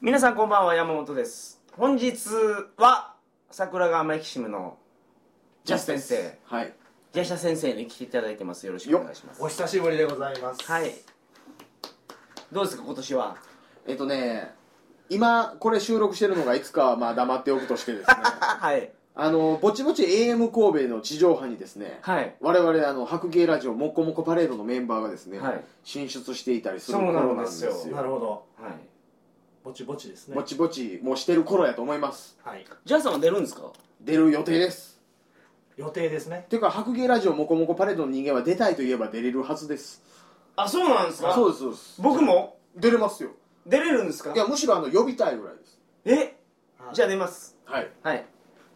皆さんこんばんは山本です本日は桜川マキシムのジャス先生はいジャシャ先生に来ていただいてますよろしくお願いしますお久しぶりでございますはいどうですか今年はえっとね今これ収録してるのがいつかはまあ黙っておくとしてですねはいあのぼちぼち AM 神戸の地上波にですね、はい我々あの白芸ラジオもっこもこパレードのメンバーがですね、はい進出していたりするそうなん頃なんでですすよよなるほどはいぼちぼちですねぼちぼちもうしてる頃やと思いますはいジャスさんは出るんですか出る予定です予定ですねていうか白芸ラジオもこもこパレードの人間は出たいといえば出れるはずですあそうなんですかそうですそうです僕も出れますよ出れるんですかいやむしろあの呼びたいぐらいですえはいじゃあ出ますはいはい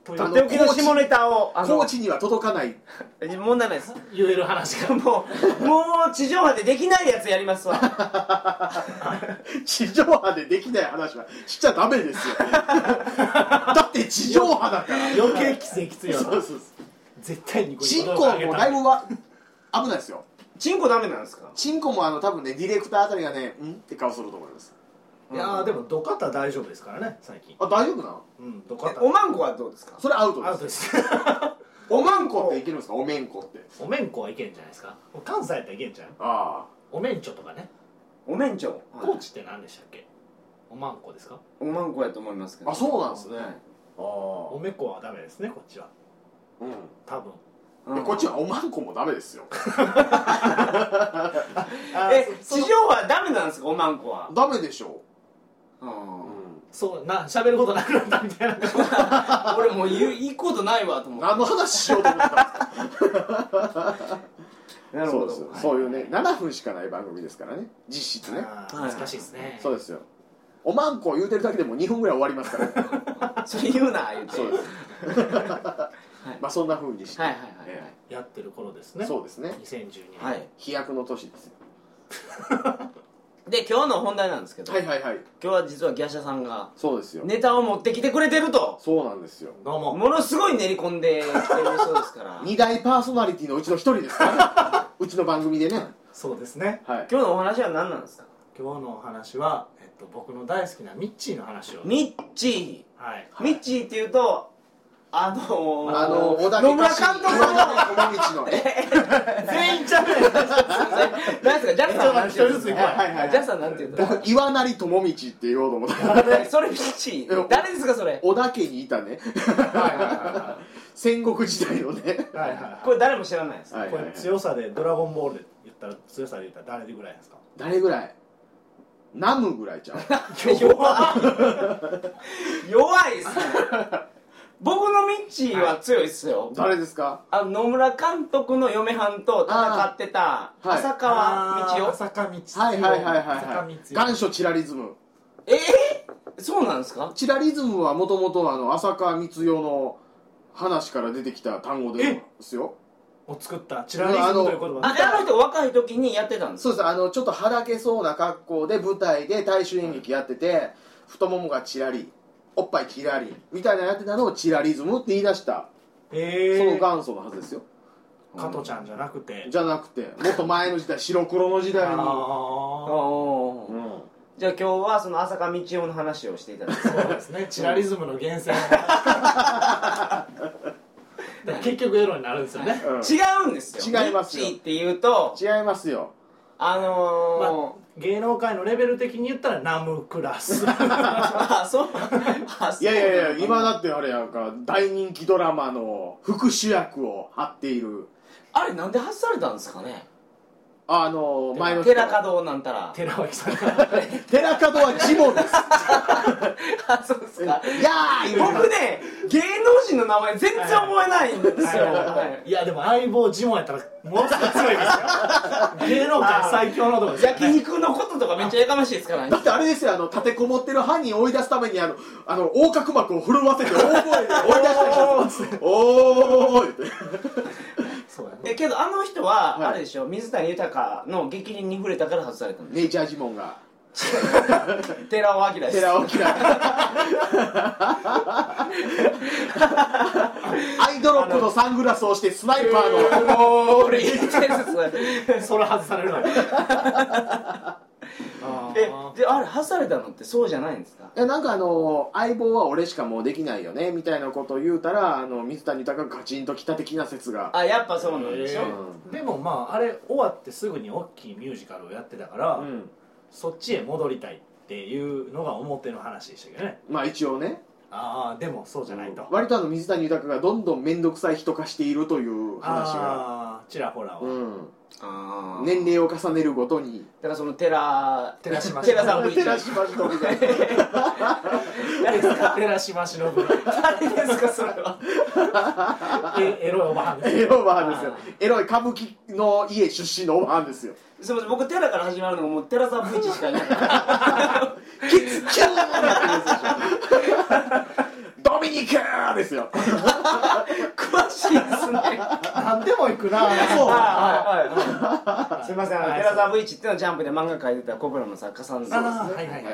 といとうっこてとおきの下ネタをあの高知には届かない問題ないです言える話 がもうもう地上波でできないやつやりますわ 地上波でできない話はしちゃダメです よだって地上波だから余計きついきついよそうそうそう絶対にこうチンコ動画上げもただいぶわ危ないですよチンコダメなんですかチンコもあの多分ねディレクターあたりがねうんって顔すると思いますいやーでもドカタ大丈夫ですからね最近あ大丈夫なのうんドカえタおまんこはどうですかそれアウトアウでトすです おまんこっていけるんですかおめんこっておめんこはいけんじゃないですか関西やったらいけんじゃんあおめんちょとかねおめんちょ高知って何でしたっけおまんこですかおまんこやと思いますけあどあそうなんですねはいあおめこはダメですねこっちはあうん多分うんいやこっちはおまんこもダメですよえそ地上そ波ダメなんですかおまんこはダメでしょうう、んそうな喋ることなくなったみたいな俺もう言う行くことないわと思って何の話しようと思ったんですかな そうですよはそういうね7分しかない番組ですからね実質ねあー難しいですねそうですよおまんこを言うてるだけでも2分ぐらい終わりますか らねそれ言うな言うてそうですまあそんなふうにしてはいはいはいはいえやってる頃ですえねそうですね2012年はい、飛躍の年ですよで今日の本題なんですけど、はいはいはい今日は実はギャシャさんがそうですよネタを持ってきてくれてるとそうなんですよどうもものすごい練り込んできてるそうです から今2大パーソナリティのうちの1人で すからねうちの番組でねそうですねはい日のお話は何なんですか今日のお話は、えっと、僕の大好きなミッチーの話をミッチはいーミッチーっていうとあのー、あの小田野家村家監臣督の小田家智道のね全員ちゃうやん 何ですかジャスさんなんて言うんですえちょっと待って一人ずつ行かこうはいはいはいジャスさんなんて言うんですか僕岩成智道って言おうと思ったから誰それミッチー誰ですかそれ小田家にいたね戦国時代のねはいはいはいこれ誰も知らないです、はいこはいはれい強さでドラゴンボールで言ったら強さで言ったら誰ぐらいですか誰ぐらいナムぐらいちゃう 弱っ弱いっす ね僕のミッチーは強いっすよ誰ですかあの野村監督の嫁はんと戦ってたーはい浅川道夫坂道はいはいはいはい坂はい道願書チラリズムええそうなんですかチラリズムはもともとあの浅川光代の話から出てきた単語ですよを作ったチラリズムという言あ葉であの人若い時にやってたんですそうですあのちょっとはだけそうな格好で舞台で大衆演劇やってて太ももがチラリおっぱいキラリみたいなのやってたのをチラリズムって言い出したそのえー元祖のはずですよ加トちゃんじゃなくてじゃなくてもっと前の時代白黒の時代にああーうんじゃあ今日はその浅香道夫の話をしていただきあますそうですねチラリズムの源 泉だから結局エロになるんですよねうん違うんですよ 違いますよミッチーっていうと違いますよあの芸能界のレベル的に言ったらナムクラー、ス あそうあそう いやいやいや今だってあれやんか大人気ドラマの副主役を張っているあれなんで外されたんですかねあの前の寺門なんた ら寺脇さんが寺門はジモンですあそうですか いやー言うて僕ね芸能人の名前全然覚えないんですよ、はいいやでも相棒ジモンやったらものすごい強いですよ芸能界最強のとこですよ焼ね肉のこととかめっちゃやかましいですからだねってあれですよあの立てこもってる犯人を追い出すためにあのあの横隔膜を震わせて大声で追い出したりしておーい ってそうやねえけどあの人は、はいあれでしょ水谷豊の逆鱗に触れたから外されたんでネイチャージモンがす寺尾明です 寺 尾嫌いアイドロップのサングラスをしてスナイパーのおーりですそれ外されるわよあえであれ外されたのってそうじゃないんですかいやなんかあの相棒は俺しかもうできないよねみたいなことを言うたらあの水谷豊がガチンときた的な説があやっぱそうなんでしょ、えでもまああれ終わってすぐに大きいミュージカルをやってたから、うんそっちへ戻りたいっていうのが表の話でしたけどねまあ一応ねああでもそうじゃないと、割とあの水谷豊がどんどん面倒くさい人化しているという話が、ああちらほらは、うん、ああ年齢を重ねるごとにだからその寺寺島寺さんも一緒照らしましょうみたいな誰ですか寺島しの ぶ誰ですかそれはえエロいおばはんですエロいおばはんですよエロい歌舞伎の家出身のおばはん ですよすみません僕寺から始まるのがもう寺さんブイチしかいないからキッキューンドミニクーですよ詳しいですね何でも行くなはいそうはいはいすみませんあのはい寺さんブイチっていうのはジャンプで漫画描いてたコブラの作家さんですあーはいはいははいいはいは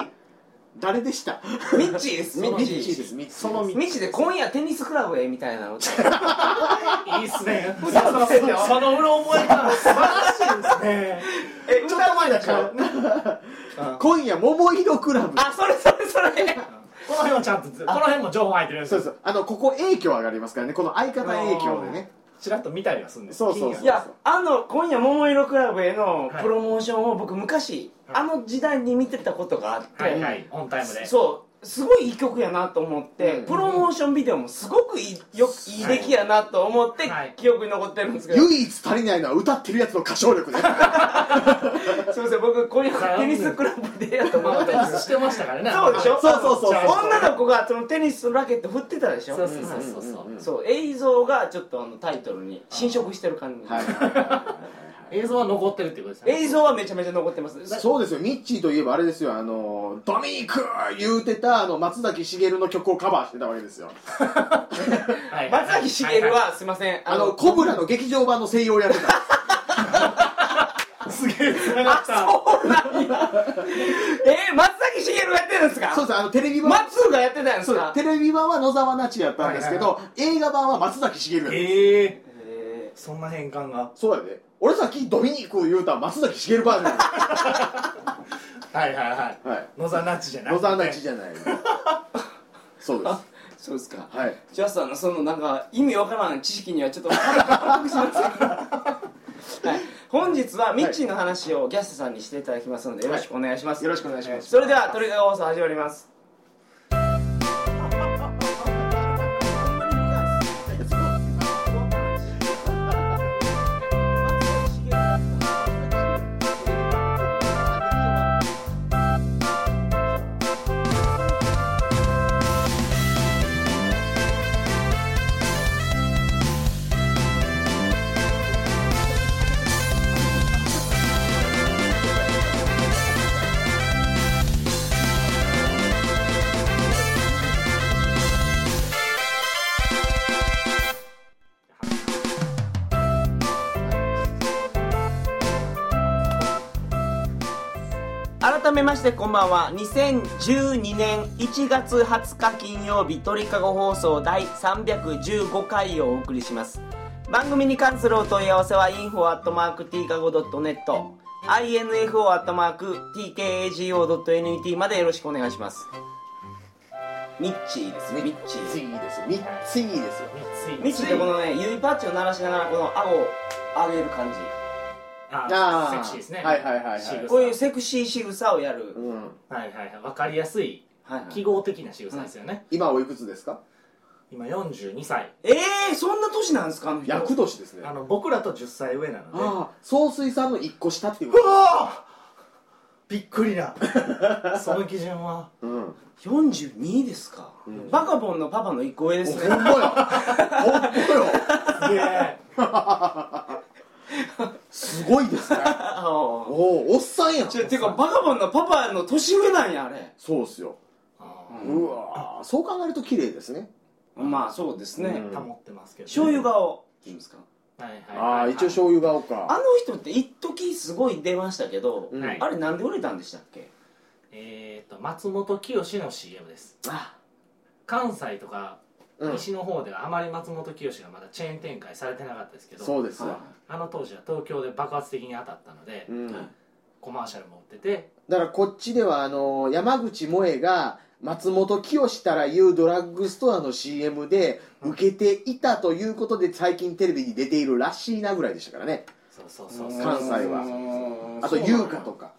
はいい誰でしたミッチーですミミッッチチーでーですすミッチーですそのミッチーで今夜テニスクラブへみたいなのいいっすねそ嘘つけてよのそのうろ覚えが素晴らしいですねえちょっと前だちょ今夜桃色クラブあそれそれそれこの辺はちゃんとこの辺も情報入ってるんですそうよそうあのここ影響上がりますからねこの相方影響でねちらっと見たりはするんですそうそうそういやあの今夜桃色クラブへのはいプロモーションを僕昔、はいあの時代に見てたことがあって、はいはいオンタイムでそうすごいいい曲やなと思って、うんプロモーションビデオもすごくいいよいい出来やなと思って、はい記憶に残ってるんですけど、唯一足りないのは歌ってるやつの歌唱力 すねいません僕今夜テニスクラブでやと思まっあてテたニんでスすしてましたからねそうでしょそうそうそうそう女の子がそのテニスのラケット振ってたでしょそうそうそううんうんそううんうんそう映像がちょっとあのタイトルに侵食してる感じ、はい映像は残ってるってことですね映像はめちゃめちゃ残ってますそうですよミッチーといえばあれですよあのドミニクー言うてたあの松崎しげるの曲をカバーしてたわけですよはい松崎しげるはすいませんあのコブラの劇場版の声優をやってたすげえ繋がったえー、松崎しげるがやってるんですそかうですあのテレビ版松がやってたんですそうかテレビ版は野沢那智やったんですけど、映画版は松崎しげるやったえええそんな変換がそうやで俺さっきドミニクー言うたら松崎しげるバージョンやはいはいはいではい野沢那智じゃない野沢那智じゃないそうですーそうですかはいジャスさんのそのなんか意味わからん知識にはちょっと反復しますけどはい本日はミッチーの話をギャスさんにしていただきますのでよろしくお願いします、よろしくお願いしますそれではトリガー放送始まります改めましてこんばんは2012年1月20日金曜日鳥かご放送第315回をお送りします番組に関するお問い合わせは info.tkago.net info.tkago.net までよろしくお願いしますミッチーですミッチーミッチーですミッチーですよミッチーってこのね指パッチを鳴らしながらこの顎を上げる感じああーセクシーですねはいはいはいはい仕草こういうセクシー仕草をやる、うんはいはいはいわかりやすいはいはい記号的な仕草ですよね今おいくつですか今42歳ええー、そんな年なんですかあの人厄年ですねああの僕らと10歳上なのあ総帥さんの一個下っていうでこうわーびっくり なその基準はとうん42ですか、バカボンのパパの一個上でおすほんねまよほんまよすげえすごいですねあ おおおっさんやんちょていうかバカボンのパパの年上なんやあれそうっすよあうわーそう考えると綺麗ですねまあそうですね、うんー保ってますけど醤油顔っていうんですかはいはいはいああ一応醤油顔あのか人って一時すごい出ましたけど、うんはいあれなんで売れたんでしたっけえーと松本清の CM ですあ関西とかうん西の方ではあまり松本清がまだチェーン展開されてなかったですけどそうですはわあの当時は東京で爆発的に当たったので、うんはいコマーシャルも売っててだからこっちではあの山口萌えが松本清たらいうドラッグストアの CM で受けていたということで最近テレビに出ているらしいなぐらいでしたからねそうそうそうそう関西はあと優香とか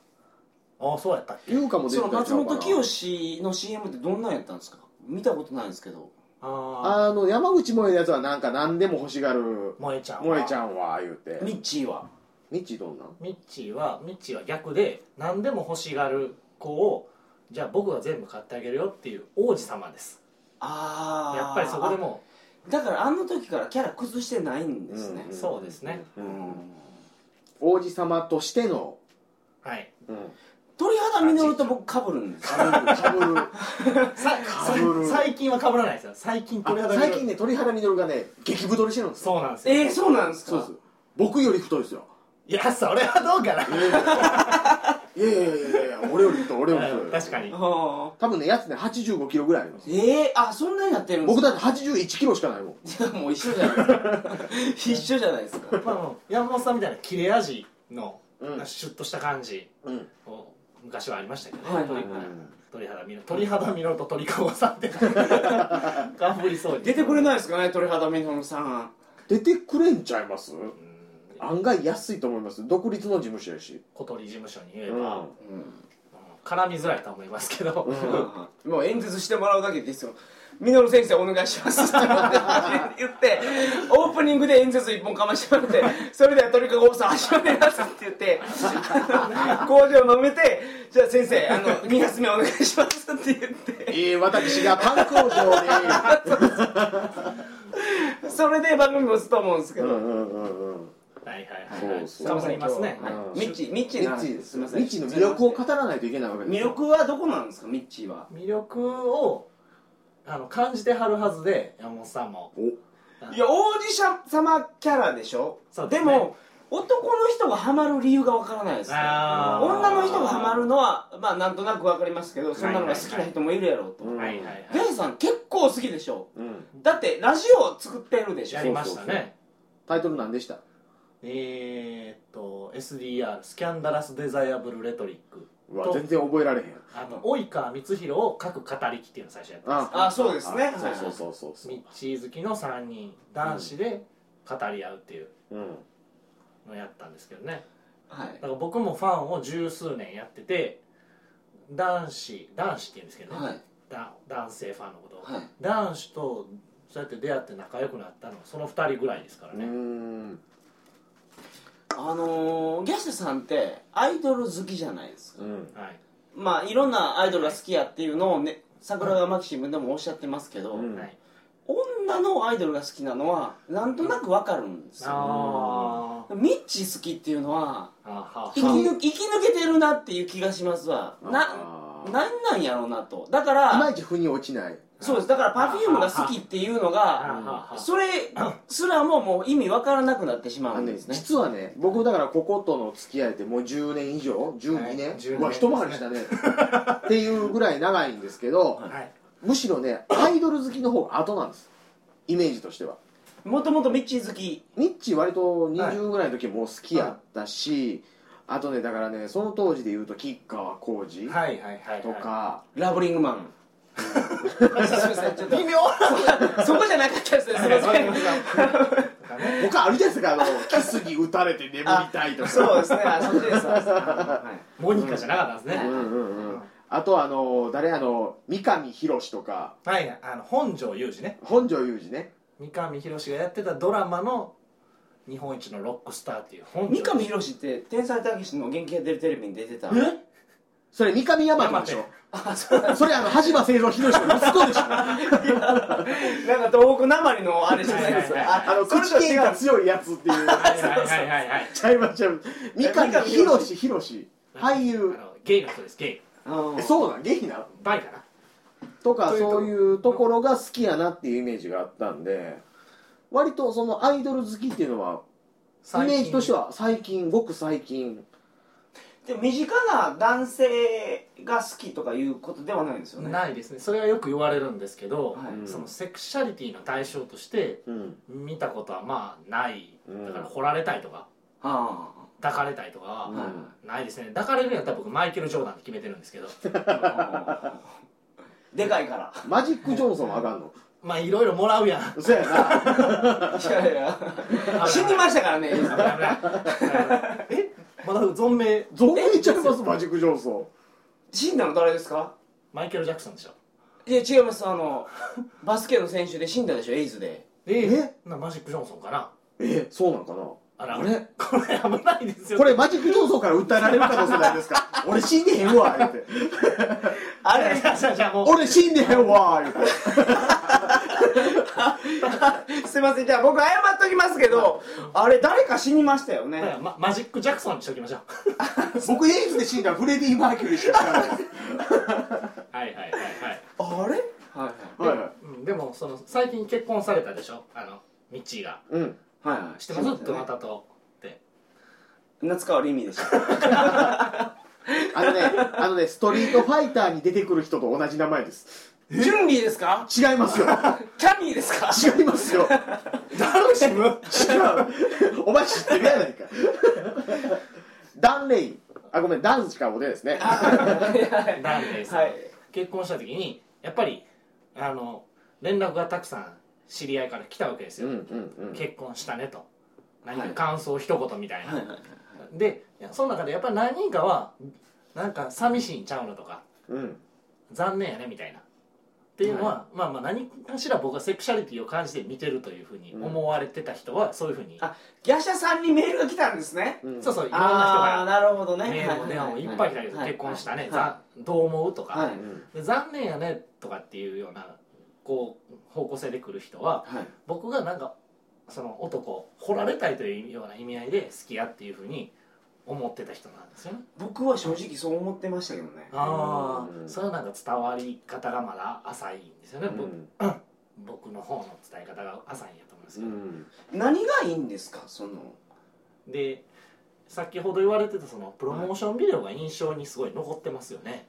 あそうやったっけ優香も出てそたのんちゃうか松な本清の CM ってどんなんやったんですか見たことないんですけどああの山口萌えのやつはなんか何でも欲しがる萌えちゃんは萌えちゃんは言うてミッチーはみっちーどんなんミッチーはミッチーは逆で何でも欲しがる子をじゃあ僕が全部買ってあげるよっていう王子様ですああやっぱりそこでもだからあの時からキャラ崩してないんですねあそうですねうん王子様としてのはいうん鳥肌みのると僕被るんですよかぶるささ被る最近は被らないですよ最近鳥肌が最近ね鳥肌みのるがね激太りしてるんですよそうなんですよえー、そうなんですそうかです僕より太いですよいやそれはどうかないやいやいやいや俺より太い俺より 太い確かにはあ多分ねやつね85キロぐらいありますえー、あそんなになってるんです僕だって81キロしかないもんいやもう一緒じゃないですか一緒じゃないですかまああの山本さんみたいな切れ味のうんシュッとした感じうんを昔はありましたけどねはいはい鳥はい鳥肌見ろ鳥肌見ろと鳥かごさん ってかぶりそうに出てくれないですかね鳥肌みのるさん出てくれんちゃいますうん案外安いと思います独立の事務所やし小鳥事務所に言えうば、ん絡みづらいと思いますけど、もう演説してもらうだけですよみのる先生お願いしますって言ってオープニングで演説一本かましてもらってそれでは鳥かご放送始まりますって言ってあの工場飲めてじゃあ先生あの2発目お願いしますって言ってええ私がパン工場で それで番組持つと思うんですけうど、んうんうんうんはいはいはい、はい、そうそう頑張りますね、はいうんミッチーミッチミーのッチ話ーですいませんミッチーの魅力を語らないといけないわけです魅力はどこなんですかミッチーは魅力をあの感じてはるはずで山本さんもいや王子様キャラでしょそうでですねも男の人がハマる理由がわからないですねあー女の人がハマるのはまあなんとなくわかりますけどそんなのが好きな人もいるやろうとはいはいはいはいジャイさん結構好きでしょうんだってラジオを作ってるでしょやりましたねそうそうタイトル何でしたえー、っと SDR スキャンダラス・デザイアブル・レトリックうわ全然覚えられへんあの及川光弘を書く語りきっていうのを最初やってまあそうですねあそうそうそうすそうミッチー好きの3人男子で語り合うっていううんのをやったんですけどねはいだから僕もファンを十数年やってて男子男子って言うんですけどね、はいだ男性ファンのことを、はい男子とそうやって出会って仲良くなったのはその2人ぐらいですからうーね、んあのー、ギャスさんってアイドル好きじゃないですかうんはい、まあいろんなアイドルが好きやっていうのをね桜川マキシムでもおっしゃってますけど、うんはい、女のアイドルが好きなのはなんとなくわかるんですよあーミッチー好きっていうのはあーは生き抜生き抜けてるなっていう気がしますわなあーなんなんやろうなとだかいまらいち腑に落ちないそうですだからパフュームが好きっていうのあはがあはあそれすらももう意味わからなくなってしまあうのんねですね実はね僕だからこことの付き合いってもう10年以上12年、はい12うわ一回りしたねっていうぐらい長いんですけど、はいむしろねアイドル好きの方が後なんですイメージとしてはもともとミッチー好きミッチー割と20ぐらいの時もう好きやったし、あとねだからねその当時で言うと吉川晃司はいはいはいとか、ラブリングマンすいませんちょっと微妙そこじゃなかったですねすいません 他あるじゃないで すかあの「キスに打たれて眠りたい」とかそうですねあそっちですはいモニカじゃなかったんですね、うんうんうんあとあの誰あの三上博史とかはいはいあの本庄裕二ね本庄裕二ね三上博史がやってたドラマの日本一のロックスターっていう本三庄上博史って天才たけしの元気が出るテレビに出てたえそれ三上大和でしょあそうなんですそれあの羽柴製造博士の息子でしょなんか東北なまりのあれじゃないですはいかはいはいああのそれと口違喧う嘩強いやつっていうはいはいはいはいはいちゃいまちゃいま三上博史博士俳優あのゲイの人ですゲイうんえそうなんゲイなバイかなとかそういうところが好きやなっていうイメージがあったんで割とそのアイドル好きっていうのはイメージとしては最近ごく最近で身近な男性が好きとかいうことではないんですよねないですねそれはよく言われるんですけど、はいそのセクシャリティの対象としてうん見たことはまあないうんだから掘られたいとかああ抱かれたいとかはないですね抱かれるんやったら僕マイケル・ジョーダンって決めてるんですけど でかいからマジック・ジョンソンはあかんのまあいろいろもらうやんそうやな いやいや 死にましたからね危ない危ないえまだ存命存命ちゃいますマジック・ジョンソン死んだの誰ですかマイケル・ジャクソンでしょいや違いますあのバスケの選手で死んだでしょエイズでえなマジック・ジョンソンかなえそうなんかなあらあれこれ危ないですよこれマジック・ジョンソンから訴えられる可能性ないですか俺死んでへんわ言うてあ いやれ いやじゃあじゃあもう俺死んでへんわ言うてすいませんじゃあ僕謝っときますけどあれ誰か死にましたよね、だからまマジック・ジャクソンにしときましょう僕エイズで死んだらフレディ・マーキュリーしか知らないです はいはいはいはいあれはいはいはいうんでもその最近結婚されたでしょあのミッチーがうんはいはい知ってますど なたとって夏川りみでしたあのねあのねストリートファイターに出てくる人と同じ名前ですジュンリーですか違いますよキャミーですか違いますよダルシ ム違うお前知ってるやないかダン・レインあごめんダンしかおでですねダンレイさん、はい結婚した時にやっぱりあの連絡がたくさん知り合いから来たわけですうんよ、うんうん結婚したねと何はかい感想一言みたいな、はいはいでいやその中でやっぱり何人かはなんか寂しいんちゃうのとかうん残念やねみたいなっていうのは、まあまあ何かしら僕はセクシャリティを感じて見てるというふうに思われてた人はそういうふうに、あギャシャさんにメールが来たんですねうんそうそういろんああななるほど人ねがメールも電話もいっぱい来たけど、結婚したね、はざどう思うとか、はいうんで残念やねとかっていうようなこう方向性で来る人はいはい僕がなんかその男を掘られたいというような意味合いで好きやっていうふうに思ってた人なんですよね僕は正直そう思ってましたけどねあうあんそれはなんか伝わり方がまだ浅いんですよね、ぼうん僕の方の伝え方が浅いんやと思うんですうけど、ん何がいいんですかそので先ほど言われてたそのプロモーションビデオが印象にすごい残ってますよね、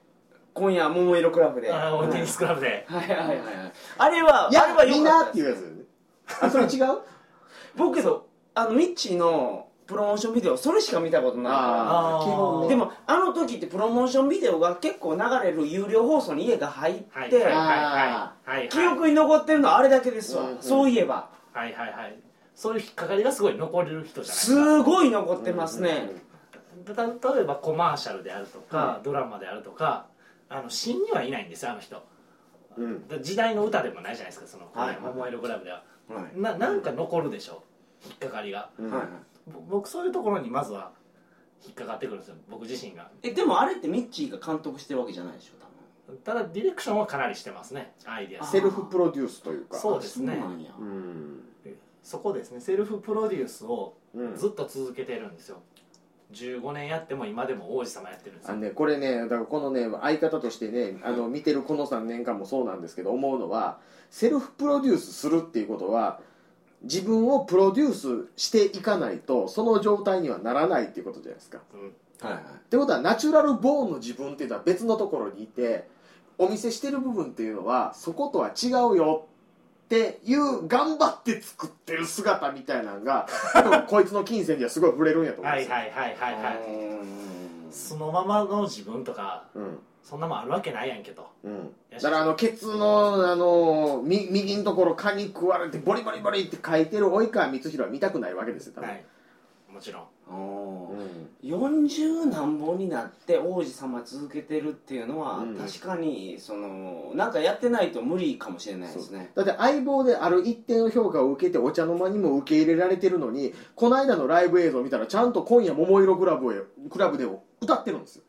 今夜桃色クラブであはあいテニスクラブで、はいはいはいはいあれはあいれやはみ良んかっなたっですていうやつだよねあそれ違う僕あのミッチーのプロモーションビデオそれしか見たことないかあー基本らねでもあの時ってプロモーションビデオが結構流れる有料放送に家が入って、はいはいはいはいはい記憶に残ってるのはあれだけですわ、うんうんそういえばはいはいはいそういう引っかかりがすごい残れる人じゃないですかすごい残ってますね、たた例えばコマーシャルであるとか、ドラマであるとかあの死にはいないんですよあの人うんうんだ時代の歌でもないじゃないですかその「はい桃色クラブ」でははいななんか残るでしょ引っかかりがうんはいぼ僕そういうところにまずは引っかかってくるんですよ僕自身がえでもあれってミッチーが監督してるわけじゃないでしょ多分ただディレクションはかなりしてますねアイディアセルフプロデュースというかそうですねそうなんやうんそこですねセルフプロデュースをうんずっと続けてるんですよ15年やっても今でも王子様やってるんですあよのね、これねだからこのね相方としてねあの見てるこの3年間もそうなんですけど思うのはセルフプロデュースするっていうことは自分をプロデュースしていかないとその状態にはならないっていうことじゃないですか。っうんはいはいてことはナチュラルボーンの自分っていうのは別のところにいてお見せしてる部分っていうのはそことは違うよっていう頑張って作ってる姿みたいなの が多分こいつの金銭にはすごい触れるんやと思うんはでいすよ。はいはいはいはういーんそのままの自分とかうんそんなもんあるわけないやんけとうん、だからあのケツのあのみ右のところ蚊に食われてボリボリボリって書いてる及川光弘は見たくないわけですよ多分、はいもちろんおうーん40何本になって王子様続けてるっていうのは、うん確かにそのなんかやってないと無理かもしれないですねだって相棒である一定の評価を受けてお茶の間にも受け入れられてるのにこの間のライブ映像を見たらちゃんと「今夜桃色クラブへクラブで」を歌ってるんですよ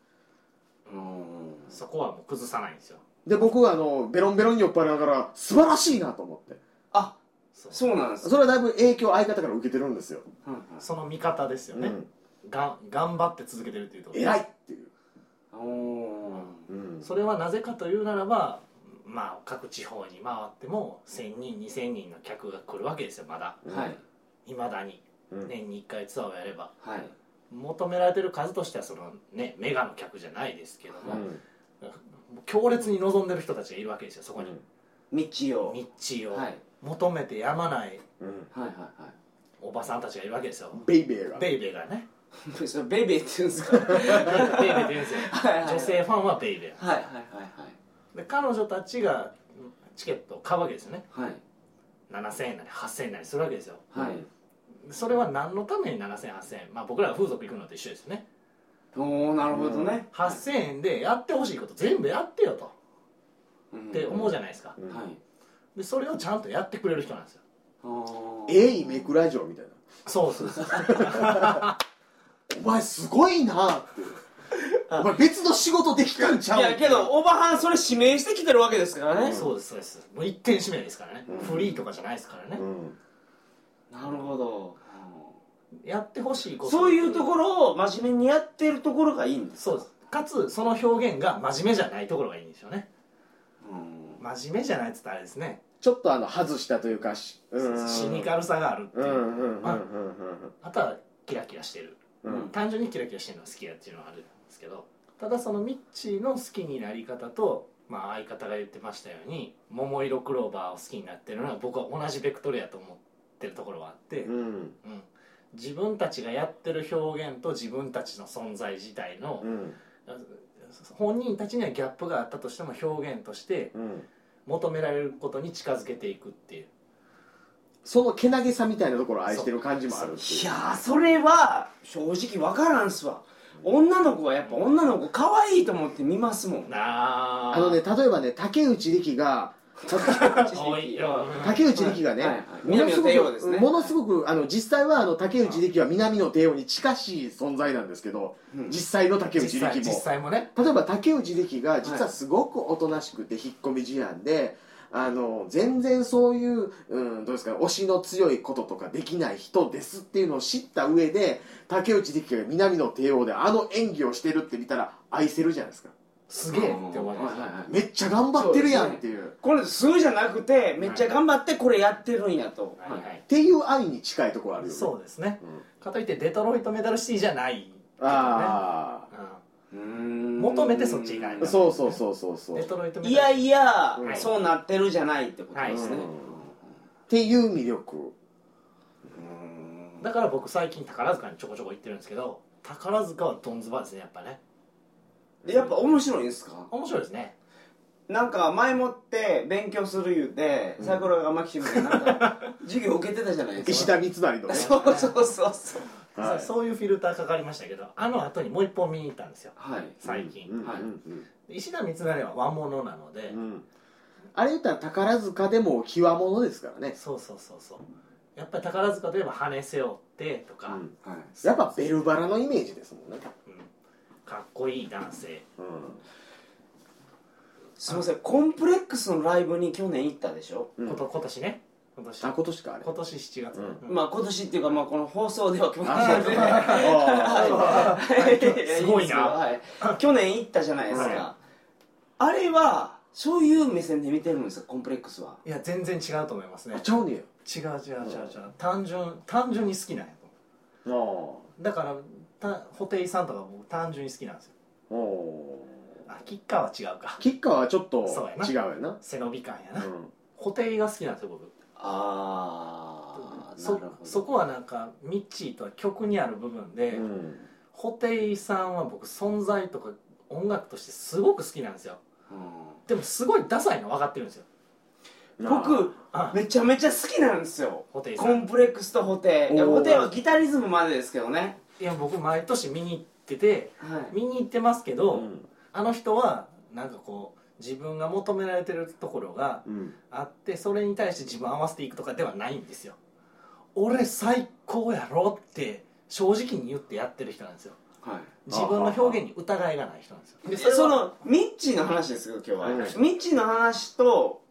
うーんそこはもう崩さないんですよで僕はあのベロンベロンに酔っ払いながら素晴らしいなと思ってあそそうなんですそれはだいぶ影響を相方から受けてるんですよ、うんうんその見方ですようね、ん、が頑張って続けてるっていうところ偉いっていう、おーうんそれはなぜかというならばまあ各地方に回っても1,000人2,000人の客が来るわけですよまだうんはいいまだにうん年に1回ツアーをやればはい求められてる数としてはそのねメガの客じゃないですけどうも、ん強烈に望んでる人たちがいるわけですよそこに、道をミッチーをはい求めてやまないうんはいはいはいおばさんたちがいるわけですよ、ベイベーがベイベーがね それベイベイって言うんですかはいベイベーって言うんですよはいはい女性ファンはベイベーはいはいで彼女たちがチケットを買うわけですよねはいはい7000円なり8000円なりするわけですよはいそれは何のために7000円8000円まあ僕らが風俗行くのと一緒ですよねおおなるほどね、 8000円でやってほしいこと全部やってよとうんって思うじゃないですかはいでそれをちゃんとやってくれる人なんですよあーえいめくらじょうみたいなそうそうそうお前すごいなって お前別の仕事できたんちゃういやけどオバハンそれ指名してきてるわけですからね、 そうですそうですもう一点指名ですからねうんフリーとかじゃないですからうねんなるほどやってほしいことそういうところを真面目にやってるところがいいんですそうですかつその表現が真面目じゃないところがいいんですよねうん真面目じゃないっつったらあれですねちょっとあの外したというかしうんシニカルさがあるってういんううんうんうんああとはキラキラしてるうんうん単純にキラキラしてるのが好きやっていうのはあるんですけどただそのミッチーの好きになり方と、まあ、相方が言ってましたように桃色クローバーを好きになってるのは僕は同じベクトルやと思ってるところはあって、うんうん自分たちがやってる表現と自分たちの存在自体の、うん本人たちにはギャップがあったとしても表現としてうん求められることに近づけていくっていうそのけなげさみたいなところを愛してる感じもあるっていいうやーそれは正直わからんすわ女の子はやっぱ女の子可愛いと思って見ますもんああのね例えばね竹内力が多いよ竹内力がね、はいはい南の帝王ですねものすごくあの実際はあの竹内力は南の帝王に近しい存在なんですけど、うん実際の竹内実際力実も際もね例えば竹内力が実はすごくおとなしくて引っ込み思案で、あの全然そういう、うん、どうですか推しの強いこととかできない人ですっていうのを知った上で竹内力が南の帝王であの演技をしてるって見たら愛せるじゃないですかすげえって思います、はいはいはいめっちゃ頑張ってるやんっていうこれ数じゃなくてめっちゃ頑張ってこれやってるんやと、はいはいっていう愛に近いところあるよねそうですね、うんかといってデトロイトメダルシティじゃないけどねあうーん求めてそっち以外あそうそうそうそううそんうデトロイトメダルいやいや、うんそうなってるじゃないってことですね、はいっていう魅力うんだから僕最近宝塚にちょこちょこ行ってるんですけど宝塚はドンズバですねやっぱねやっぱ面白いんですか面白いですねなんか前もって勉強する言うて桜がマキシムでなんか授業受けてたじゃないです石か田三成のねそうそうそうそうはいそそういうフィルターかかりましたけどあの後にもう一本見に行ったんですよはい最近、うんうんはいうん石田三成は和物なので、うんあれ言ったら宝塚でも際物ですからねそうそうそうそうやっぱり宝塚といえば「羽背負って」とか、うんはいやっぱベルバラのイメージですもんねうんかっこいい男性うすいませんコンプレックスのライブに去年行ったでしょ、んうこんと今年ね今年あ今年かあれ今年7月、うんうんまあ今年っていうかまあこの放送では去あそ年うそうであはいすごでいなすよはい去年行ったじゃないですか、はあれはそういう目線で見てるんですかコンプレックスはいや全然違うと思いますーあねちゃうね違う違う違う違う、単純単純に好きなんやと思やおうだからた布袋さんとか僕単純に好きなんですよーおあキッカーは違うかー吉川はちょっとそうやな違うよな背伸び感やな、うん布袋が好きなんですよ僕ああなそるほどそこはなんかミッチーとは曲にある部分で、うん布袋さんは僕存在とか音楽としてすごく好きなんですようんでもすごいダサいの分かってるんですよ僕あめちゃめちゃ好きなんですよ布袋さコんンプレックスとホテイいやおーホテイはギタリズムまでですけどねいや僕毎年見に行っててはい見に行ってますけど、うんあの人はなんかこう自分が求められてるところがうんあってそれに対して自分合わせていくとかではないんですよ俺最高やろって正直に言ってやってる人なんですよはい自分の表現に疑いがない人なんですよでそのミッチーの話ですけど今日は、はいミッチーの話と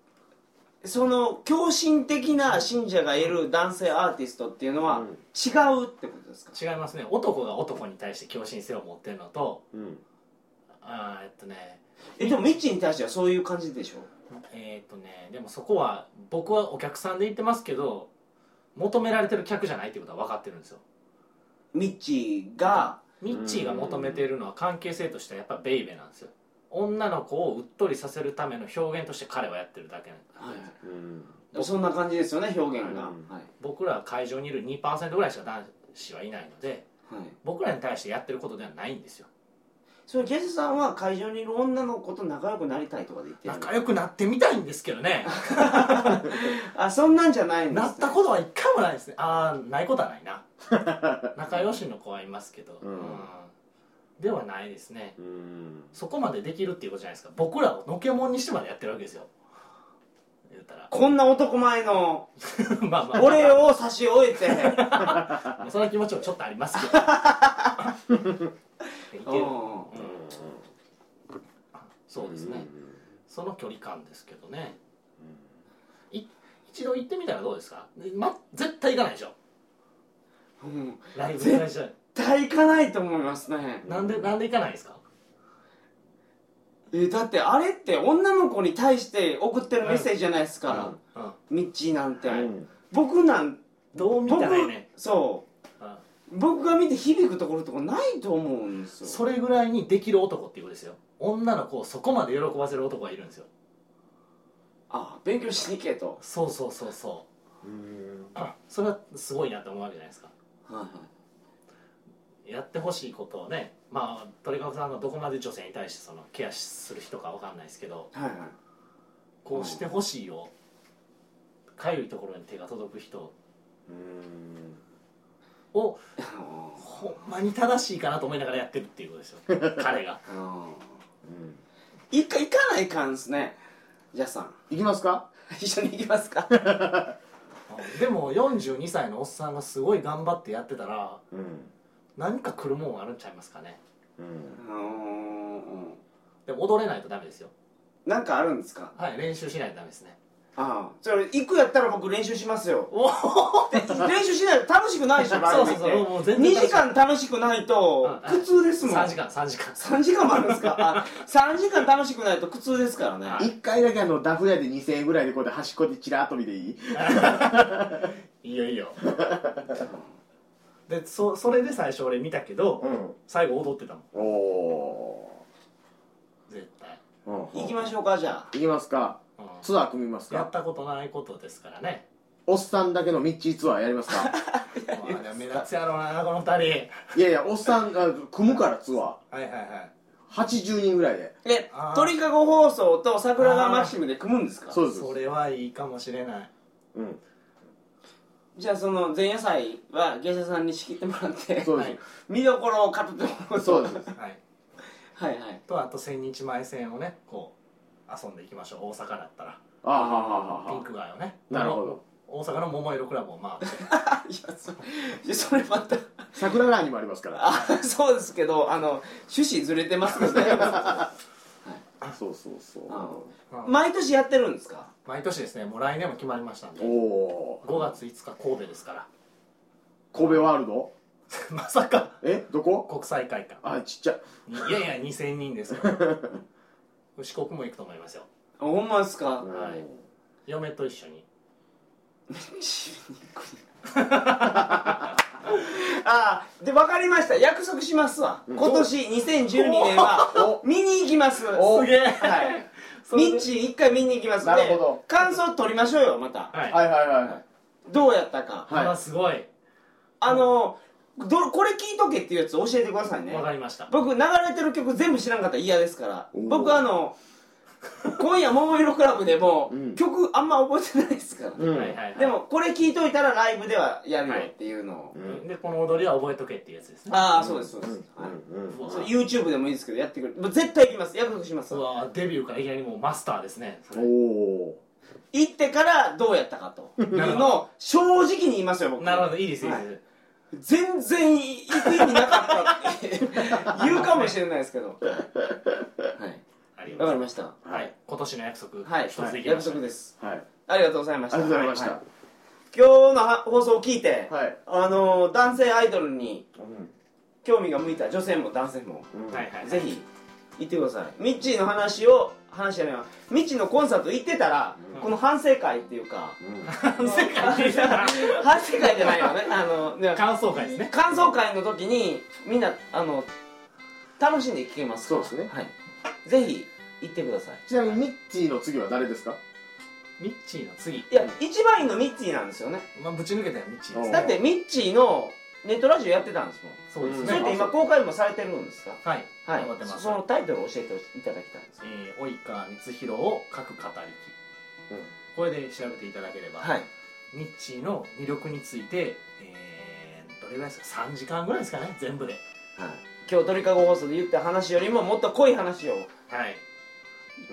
その狂信的な信者がいる男性アーティストっていうのはうん違うってことですか、違いますね男が男に対して狂信性を持ってるのとうんあーえっとねえでもミッチーに対してはそういう感じでしょえーっとねでもそこは僕はお客さんで言ってますけど求められてる客じゃないってことは分かってるんですよミッチーがミッチーが求めているのは関係性としてはやっぱベイベーなんですよ女の子をうっとりさせるための表現として彼はやってるだけなんですよ、うんそんな感じですよね表現が、うんはい僕ら会場にいる2%ぐらいしか男子はいないのではい、僕らに対してやってることではないんですよそれゲスさんは会場にいる女の子と仲良くなりたいとかで言ってる仲良くなってみたいんですけどねあそんなんじゃないんです、ね、なったことは一回もないですねああないことはない な仲良しの子はいますけど、うんではないですねうんそこまでできるっていうことじゃないですか僕らをのけもんにしてまでやってるわけですよ言ったら こんな男前のまあまあ、俺を差し 終えてその気持ちもちょっとありますけど いけるうんうんそうですね、その距離感ですけどね、い一度行ってみたらどうですか、でま、絶対行かないでしょうんライブ行かないでしょ絶対行かないと思いますねなんでなんで行かないですかえだってあれって女の子に対して送ってるメッセージじゃないですか、うんミッチーなんて、うん僕なんどう見たらいいね、僕そうんう僕が見て響くところとかないと思うんですよそれぐらいにできる男っていうことですよ女の子をそこまで喜ばせる男がいるんですよあ勉強しに行けと、そうそうそうそうそれはすごいなと思うわけじゃないですかはいはい、やってほしいことをねまあ鳥籠さんがどこまで女性に対してそのケアする人かわかんないですけどはいはいこうしてほしいよかゆいところに手が届く人をほんまに正しいかなと思いながらやってるっていうことですよ彼があのー一回行かないかんですねじゃあさん いきますか一緒に行きますか でも42歳のおっさんがすごい頑張ってやってたらうん何か来るもんあるんちゃいますかねうんうんでも踊れないとダメですよなんかあるんですかはい練習しないとダメですねああそれ行くやったら僕練習しますよおで練習しないと楽しくないでしょライ そうブっそうそうてもう全2然時間楽しくないとうん苦痛ですもん3時間3時間3時間もあるんですかあ3時間楽しくないと苦痛ですからね一回だけあのダフ屋で2000円ぐらいでこうやって端っこでチラッと見ていいいいよいい よでそそれで最初俺見たけど、ん最後踊ってたもんおお絶対、行行きましょうかじゃ行きますかうんツアー組みますやっかたことないことですから ねおっさんだけのミッチーツアーやりますか まあでも目立つやろうなこの2人はいやいやおっさんあ組むからツアはいはいー80人ぐらいであえあー鳥かご放送と桜川マキシムで組むんですかそうですそれはいいかもしれないうんじゃあその前夜祭は芸者さんに仕切ってもらってそうではいす見どころを語ってもらうそうですはいはいはいとあと千日前線をねこう遊んでいきましょう大阪だったらあはははピンはク街をねなるほど大阪の桃色クラブを 回っていやそいやそれまた桜ラーにもありますからあそうですけどあの趣旨ずれて ますのでそうそうそうあうん毎年やってるんですか毎年ですねもう来年も決まりましたんでおお5月5日神戸ですから神戸ワールド まさかえどこ国際会館あちっちゃいいやいや2000人ですから四国も行くと思いますよあほんまですかはい嫁と一緒に ああで分かりました約束しますわ今年2012年は見に行きますおすげえはいそミれでッチー一回見に行きますんでなるほど感想取りましょうよまたはい、はいはいはいどうやったかはいあすごいあのどこれ聞いとけっていうやつ教えてくださいねわかりました僕流れてる曲全部知らんかったら嫌ですからおー僕あの今夜桃色クラブでもうん曲あんま覚えてないですから、うんはいはいはいでもこれ聞いといたらライブではやるよっていうのを、うんでこの踊りは覚えとけっていうやつですねああそうですそうです、うんはいうんうわそれ YouTube でもいいですけどやってくれもう絶対行きます約束しますうわデビューからいきなりもうマスターですねそれおお行ってからどうやったかというのを正直に言いますよ僕なるほどいいですいいです、は全然行く意味なかったって言うかもしれないですけどはいわかありがとうござりいまましたすはい今年の約束はい一つできま約した、束ですはいありがとうございましあたりがとうございましはた今日の放送を聞いて、はいあのー男性アイドルに興味が向いた女性も男性も、うんはいはいぜ ひ行ってくださいミッチーの話を話じゃないわミッチーのコンサート行ってたら、この反省会っていうか反省会でした反省会じゃないよねあのね感想会で すね感想会の時にみんなあの楽しんで聞けますからそうですねはい、ぜひ行ってくださいちなみにミッチーの次は誰ですかミッチーの次いや一番いいのミッチーなんですよねまあぶち抜けたよミッチーですおだってミッチーのネットラジオやってたんですもんそうですうんそれっねて今公開もされてるんですかはいはい頑張ってますそのタイトルを教えていただきたいんですえー及川光弘を書く語りきこれで調べていただければ、はいミッチーの魅力について、えーどれぐらいですか3時間ぐらいですかね全部ではい今日鳥かご放送で言った話よりももっと濃い話をはい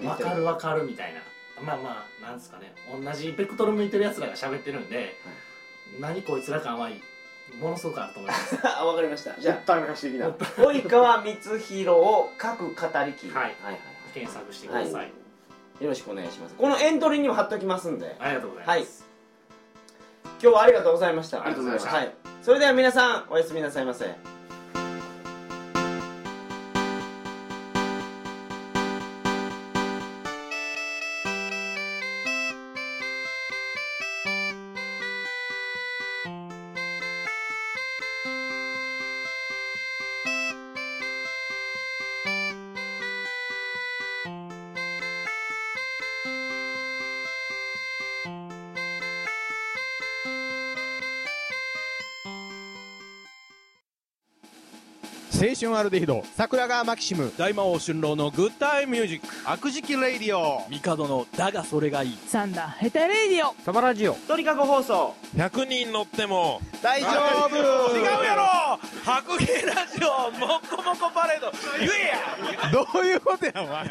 言わってかるわかるみたいなまあまあなんですかね同じベクトル向いてるやつらが喋ってるんで、何こいつら感はものすごくあると思いますあわかりましたじじゃあゃっためかし的なあ及川光弘を書く語りきはいはいはい検索してください、はいよろしくお願いしますこのエントリーにも貼っときますんでありがとうございます、今日はありがとうございましたありがとうございましたはい、それでは皆さんおやすみなさいませ青春アルデヒド桜川マキシム大魔王春郎のグッタイムミュージック悪食レイディオ帝のだがそれがいいサンダーヘタレイディオ鳥かご放送100人乗っても大丈夫違うやろ白芸ラジオもっこもこパレード言えやどういうことやお前